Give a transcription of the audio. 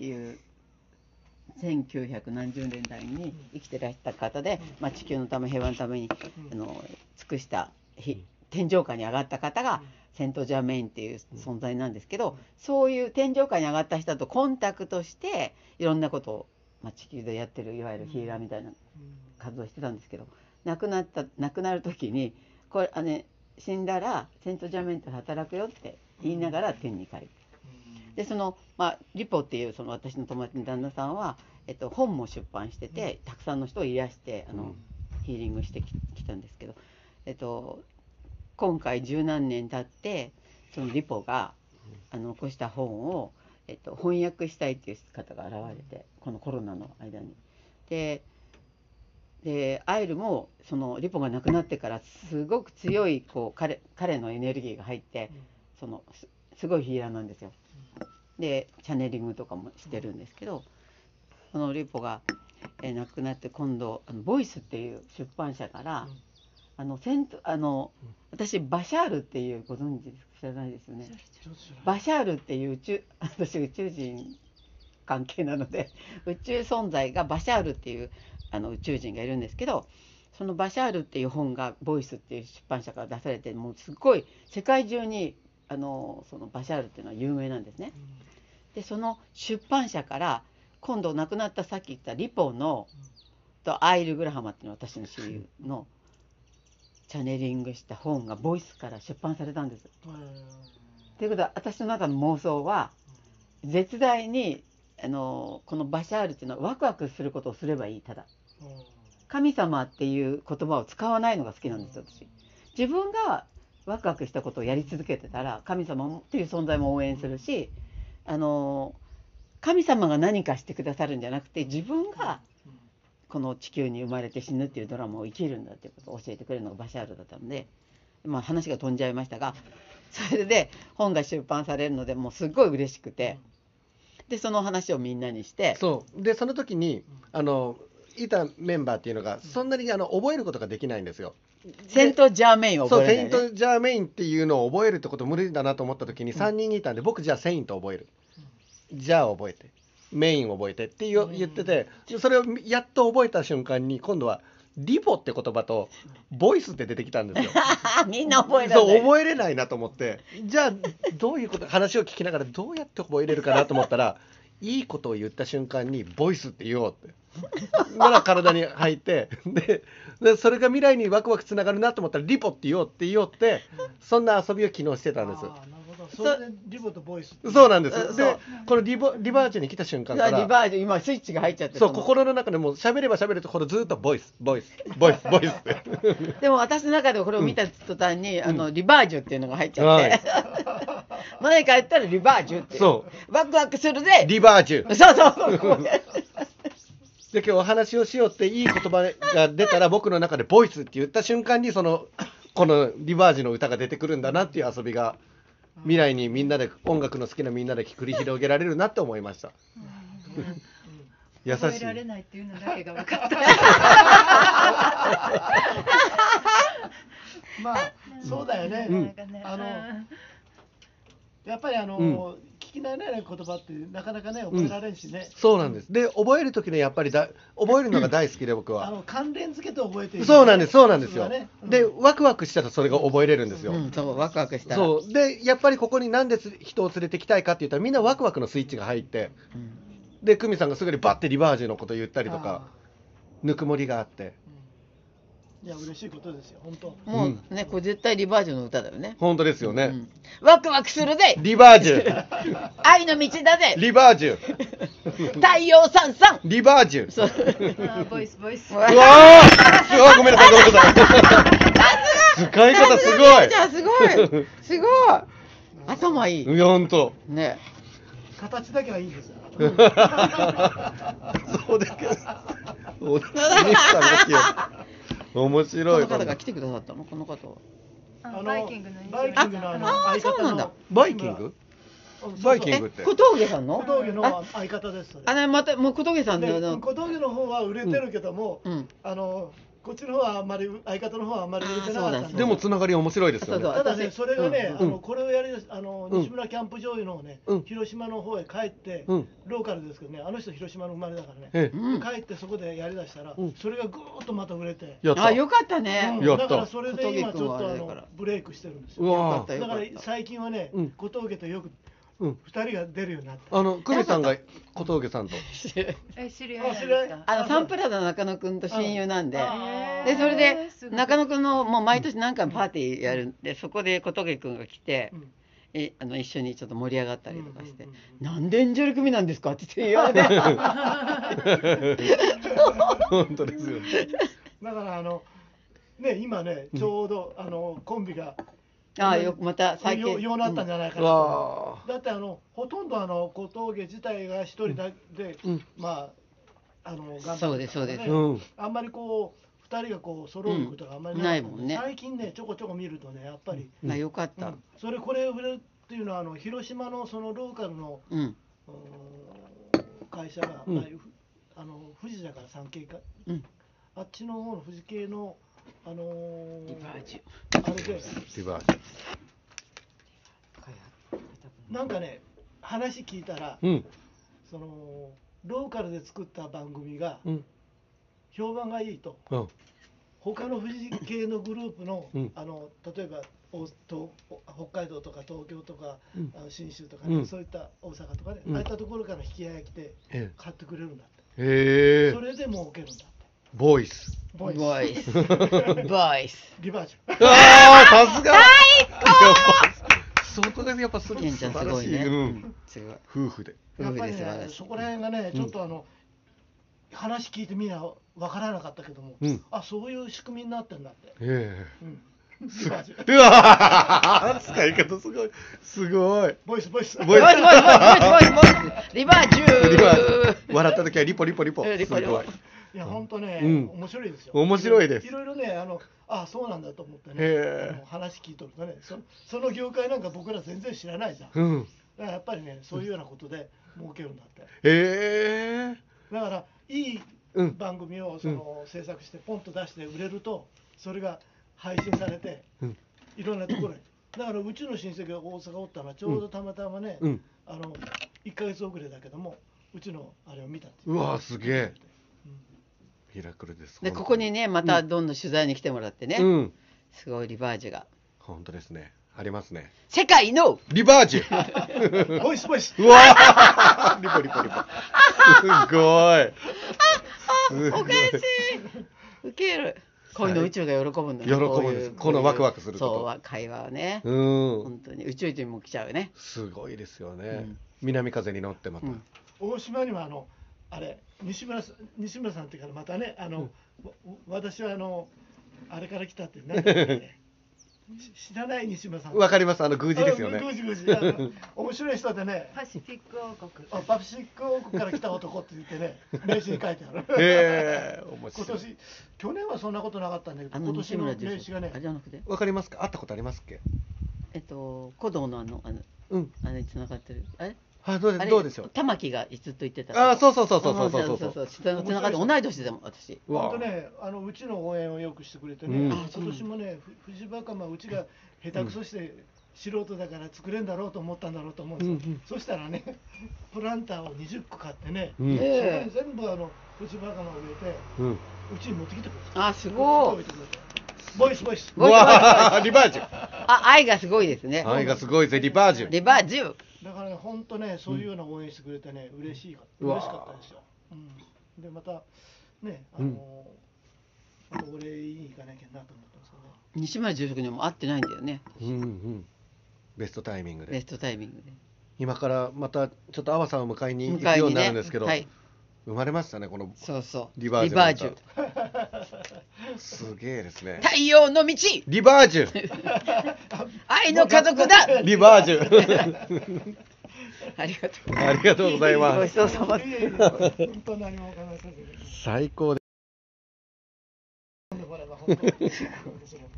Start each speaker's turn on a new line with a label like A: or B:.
A: いう1900何十年代に生きてらした方で、まあ、地球のため平和のために、あの尽くした日天上界に上がった方がセント・ジャーメインっていう存在なんですけど、そういう天上界に上がった人とコンタクトしていろんなことを、まあ、地球でやってるいわゆるヒーラーみたいな活動してたんですけど亡くなった亡くなる時にこれあの、ね、死んだらセント・ジャーメインと働くよって言いながら天に帰る。でその、まあ、リポっていうその私の友達の旦那さんは、えっと、本も出版してて、たくさんの人を癒してあの、ヒーリングしてきたんですけど、えっと、今回十何年経ってそのリポがあの残した本を、えっと、翻訳したいっていう方が現れてこのコロナの間に。ででアイルもそのリポが亡くなってからすごく強いこう彼彼のエネルギーが入ってそのすすごいヒーラーなんですよ。でチャネリングとかもしてるんですけど、このリポが、えー亡くなって今度あのボイスっていう出版社から、
B: うん
A: あのセントあの、
B: うん
A: 私バシャールっていうご存知ですか知らないですよね。
B: バ
A: バシャールっていう宇宙私宇宙人関係なので 宇宙存在がバシャールっていうあの宇宙人がいるんですけどそのバシャールっていう本が「ボイスっていう出版社から出されてもうすごい世界中にあのそのバシャールっていうのは有名なんですね。でその出版社から今度亡くなったさっき言ったリポの
B: うん
A: とアイル・グラハマっていうのは私の親友のチャネリングした本がボイスから出版されたんです。ということは私の中の妄想は絶大にあのこのバシャールっていうのはワクワクすることをすればいいただ神様っていう言葉を使わないのが好きなんですよ私。自分がワクワクしたことをやり続けてたら神様っていう存在も応援するし、あの神様が何かしてくださるんじゃなくて自分がこの地球に生まれて死ぬっていうドラマを生きるんだっていうことを教えてくれるのがバシャールだったので、まあ、話が飛んじゃいましたがそれで本が出版されるのでもうすごい嬉しくてでその話をみんなにして
C: そうでその時にあのいたメンバーっていうのがそんなにあの覚えることができないんですよ。
A: セント・ジャーメインを
C: そ
A: 覚
C: う
A: えられ
C: セイン
A: ないね
C: ト・ジャーメインっていうのを覚えるってこと無理だなと思った時に3人いたんで、僕じゃあセイント覚える、じゃあ覚えてメイン覚えてって言う言っててでそれをやっと覚えた瞬間に今度はリボって言葉とボイスって出てきたんですよ。
A: みんな覚えられ
C: そ
A: な
C: う
A: い
C: 覚えれないなと思ってじゃあどういうこと話を聞きながらどうやって覚えれるかなと思ったらいいことを言った瞬間に「ボイス」って言おうって。なら体に入ってででそれが未来にワクワクつながるなと思ったら「リポ」って言おうって言おうってそんな遊びを昨日してたんです
B: す。それでリボとボイス。
C: そうなんです
A: うんそう
C: でこのリボリバージュに来た瞬間か
A: さあリ
C: ら
A: バージョン今スイッチが入っちゃって
C: そう
A: の
C: 心の中でもう喋れば喋るほどずっと「ボイスボイスボイスボイス」って
A: でも私の中でこれを見た途端に、あのリバージュっていうのが入っちゃって、 前から言ったらリバージュって
C: そう
A: ワクワクするで
C: リバージュ
A: そうそうこれ
C: で今日お話をしようっていい言葉が出たら僕の中で「ボイス」って言った瞬間にそのこのリバージュの歌が出てくるんだなっていう遊びが未来にみんなで音楽の好きなみんなで繰り広げられるなって思いました優し
D: 覚えられ
C: い
D: ないっていうのだけが分かった。
B: まあ そうだよね。
D: なんかね
B: あの
D: うん
B: やっぱりあの、
C: うん
B: 聞き慣れない言葉ってなかなかね覚えられんしね、
C: そうなんですで覚える時ねやっぱりだ覚えるのが大好きで僕
B: あ
C: は
B: の関連付けて覚えていく
C: そうなんですそうなんです
B: そ
C: よ
B: れはねうん
C: でワクワクしたらそれが覚えれるんですよ
A: うんそうワクワクしたら
C: そうでやっぱりここになんで人を連れてきたいかって言ったらみんなワクワクのスイッチが入って
A: うん
C: で久美さんがすぐにバッてリバージュのこと言ったりとか
B: あ
C: ぬくもりがあって
B: ーいや嬉しいことですよ本当
A: もうねこれ絶対リバージュの歌だよね
C: 本当ですよ
A: う
C: ね、
A: んワクワクするで
C: リバージュ
A: 愛の道だぜ
C: リバージュ
A: 太陽さんさん
C: リバージュ
A: そう
D: あボイスボイス。
A: う
D: う
A: わ
C: うわーすごいごめんなさいごめんなさい使い方すご
A: じゃあすご いすごい頭いい
C: いいやほんと
A: ね
B: 形だけはいいんですよ
C: そうですけどお田さんですよ面
A: こ
C: 白い
A: の方が来てくださったのこの方は
D: あバイキングの印象
B: バイキングのあの
A: ああー
B: 相方
A: そうなんだ
C: バイキング
B: そうそう
C: バイキン
A: え
C: グって
A: 小峠さんの
B: 小峠
A: あ
B: の相方ですそれ
A: あのまたもう小峠さん
B: で
A: のあの
B: 小峠の方は売れてるけども、
A: うん
B: あのこっちの方はあんまり相方の方はあんまり売れてなかったん
A: あーそうだ
C: でもつながり面白いです
A: そ
C: よ
A: う
C: ね
A: そ
B: ただね
A: 私
B: それがね、
C: うん
B: あのこれをやりだすあの
C: うん
B: 西村キャンプ場のね、
C: うん
B: 広島の方へ帰って、
C: うん
B: ローカルですけどねあの人広島の生まれだからね、
C: ええ
A: うん
B: 帰ってそこでやりだしたら、
C: うん
B: それがぐーっとまた売れて、
C: やった
A: あよかったね
B: うん
C: やった
B: だからそれで今ちょっとあ
A: 小峠君はあれだか
B: の
A: ら
B: ブレイクしてるんです
C: う
B: よ
C: わ
A: よかった
B: だ
A: よ
B: か
A: からった
B: 最近はね、
C: うん
B: 小峠とよく
C: うん
B: 二人が出るようになった、
C: あの久米さんが小峠さんと
D: え、知り合いなん
B: あ知り合い
D: ですか。
A: あのサンプラザの中野くんと親友なんで
B: あ
D: へ
A: で
D: ー
A: それで
D: すごい
A: 中野くんのもう毎年何回もパーティーやるんでそこで小峠くんが来て
B: うん
A: えあの一緒にちょっと盛り上がったりとかして
B: うんうんうん
A: 「なんでエンジェル組なんですか?」って言われて
C: 本当ですよね
B: だからあのね今ねちょうど、あのコンビが
A: ああよまた最
B: よ
A: 近
B: ようなったんじゃないかなと思う、
C: わあ
B: だってあのほとんどあの小峠自体が一人だけで、
C: うん
B: まああの頑張ってたからね
A: そうですそうです
C: うん
B: あんまりこう二人がこう揃うことがあんまりかったで
A: うんないもんね
B: 最近ねちょこちょこ見るとねやっぱり、
A: うんあよかっ
B: う
A: た
B: んそれこれ売れるっていうのはあの広島のそのローカルの
A: うん
B: うーん会社が、
C: うん
B: まあふあの富士だから産経か
A: うん
B: あっちの方の富士系のあのー
A: ジ
B: あれで
C: リバージ
B: なんかね話聞いたら、
C: ョン
B: そのローカルで作った番組が
C: うん
B: 評判がいいと
C: うん
B: 他の富士系のグループの,、
C: うん
B: あの例えばおと北海道とか東京とか、
C: うん
B: あの信州とか、ね
C: うん
B: そういった大阪とかね、
C: うん
B: ああいったところから引き合いが来て
C: え
B: 買ってくれるんだって、
C: えへえ
B: それで儲けるんだって
C: ボイス
B: ボ
A: ボ
B: イス
A: イ スボイス
B: リバージョン
C: ああさすが最高そこがやっぱすご
A: ケ
C: い
A: ンちゃ
C: 素
A: んす
C: 晴ら
A: ご
C: し
A: い
C: い
A: ね
C: う
A: うんんすごい
C: 夫婦で
A: 夫
B: やっ
A: 婦
B: ぱ
A: で
B: り
A: 素晴ら
B: ね
A: しい
B: そこら辺がね
C: う
B: ち
C: ん
B: ょっとあの、話聞いてみなわからなかったけども、
C: うん
B: あそういう仕組みになってんだって、
C: え
B: うん、リバージ ョン
C: えうわー使い方すごいすごい
B: ボイスボイス
C: ボイス
A: ボイスボイスボイスボイスボイスリバージ
C: リバー
A: ュー
C: 笑った時はリポリポリポ
A: リ
C: す
A: ポリポ
C: ごい
B: いや、本当ね、
C: うん
B: 面白いですよ。
C: 面白いです
B: いろいろね、あの、あ、そうなんだと思って
C: へ
B: ね
C: え、
B: あの話聞いとるとね、そ、その業界なんか僕ら全然知らないじゃん。だか
C: うん
B: らやっぱりね、そういうようなことで儲けるんだって。
C: ええ
B: だから、いい
C: うん
B: 番組をその、制作して、ポンと出して売れると、それが配信されて、
C: うん
B: いろんなところへ。だから、うちの親戚が大阪おったのは、ちょうどたまたまね、
C: うん
B: あの、一ヶ月遅れだけども、うちのあれを見たっていう
C: うわーすげえ
B: うん
C: ミラクルです
A: でここにねまたどんどん取材に来てもらってね、
C: うん
A: すごいリバージュが
C: 本当ですねありますね
A: 世界の
C: リバージ ュ
B: ボイスボイス
C: うわーリポリポリポ。すごい。
A: おかしいウケる恋の宇宙が喜ぶんだね、
C: 喜ぶん
A: こういう
C: です
A: ういう
C: このワクワクすること
A: そうわ会話はね、
C: すごい。うん。
A: 本当に宇宙人も来ちゃうね
C: すごいですよね。
A: うん
C: 南風に乗ってまた。
A: うん
B: 大島にはあのあれ西村さん西村さんっていうからまたねあの、わ私はあのあれから来たってなんだっ けし知らない西村さん
C: わかります。あの宮司ですよ
B: あ宮
C: ね。
B: 司宮司あ の面白い人でね
D: パシフィック王国。
B: あパシフィック王国から来た男って言ってね名刺に書いてある
C: ええ 面
B: 今
C: 白い。
B: 年去年はそんなことなかったんだけど
A: あの
B: 今年
A: 西
B: の名
A: 村で
B: 刺
A: す
B: がね
A: あれじゃなくて
C: わかりますか。会ったことありますっけ。
A: えっと古道のあのあの
C: うん。
A: あれに繋がってるあれ
C: あ、どう
A: あ
C: で
A: れ
C: どうでしょう。
A: 玉木がずっと言ってた
C: あー、そうそうそうそうそうそうそう
A: そうそうそうつながって同い年でも私
C: うわ
B: 本当ね、あのうちの応援をよくしてくれてね、
C: うん
B: あ今年もね、ふ藤バカマ、うちが下手くそして、素人だから作れんだろうと思ったんだろうと思うんですよ、
C: うんうん
B: そしたらね、プランターを20個買ってね、
C: うん
B: そ
A: え
B: こに全部あの藤バカマを植えて、
C: うん。
B: うちに持ってきてくれた。
A: あすご
B: 持っ
A: い
B: てきてくれたボイスボイス。
C: う
A: ボイス
C: わー、リバージュ。
A: あ愛がすごいですね
C: 愛がすごいぜ、リバージュ。
A: リバージュ
B: だからね、本当ね、そういうような応援してくれてね、嬉しいか、
C: うわ
B: 嬉しかったですよ。うん、で、また、ね、あのー
C: うん
B: またお礼言いに行かなきゃなと思ったんですけどね。
A: 西村住職にも会ってないんだよね
C: うんうん。ベストタイミング
A: ベ
C: で
A: ス。トタイミングで
C: 今からまたちょっと阿波さんを迎えに
A: 迎
C: 行く
A: え
C: よう
A: にね
C: になるんですけど、
A: はい
C: 生まれましたねこの
A: そうそう
C: リバージュ
A: ュ
C: すげえですね
A: 太陽の道
C: リバージ ュ
A: 愛の家族 だ
C: リバージュ
A: ありがとう
C: ありがとうござい
A: ご
C: ま
A: ち
C: す
A: そうさま
B: いやいや本当何も考 えさせてくれない
C: 最高です
B: ほらほら本当に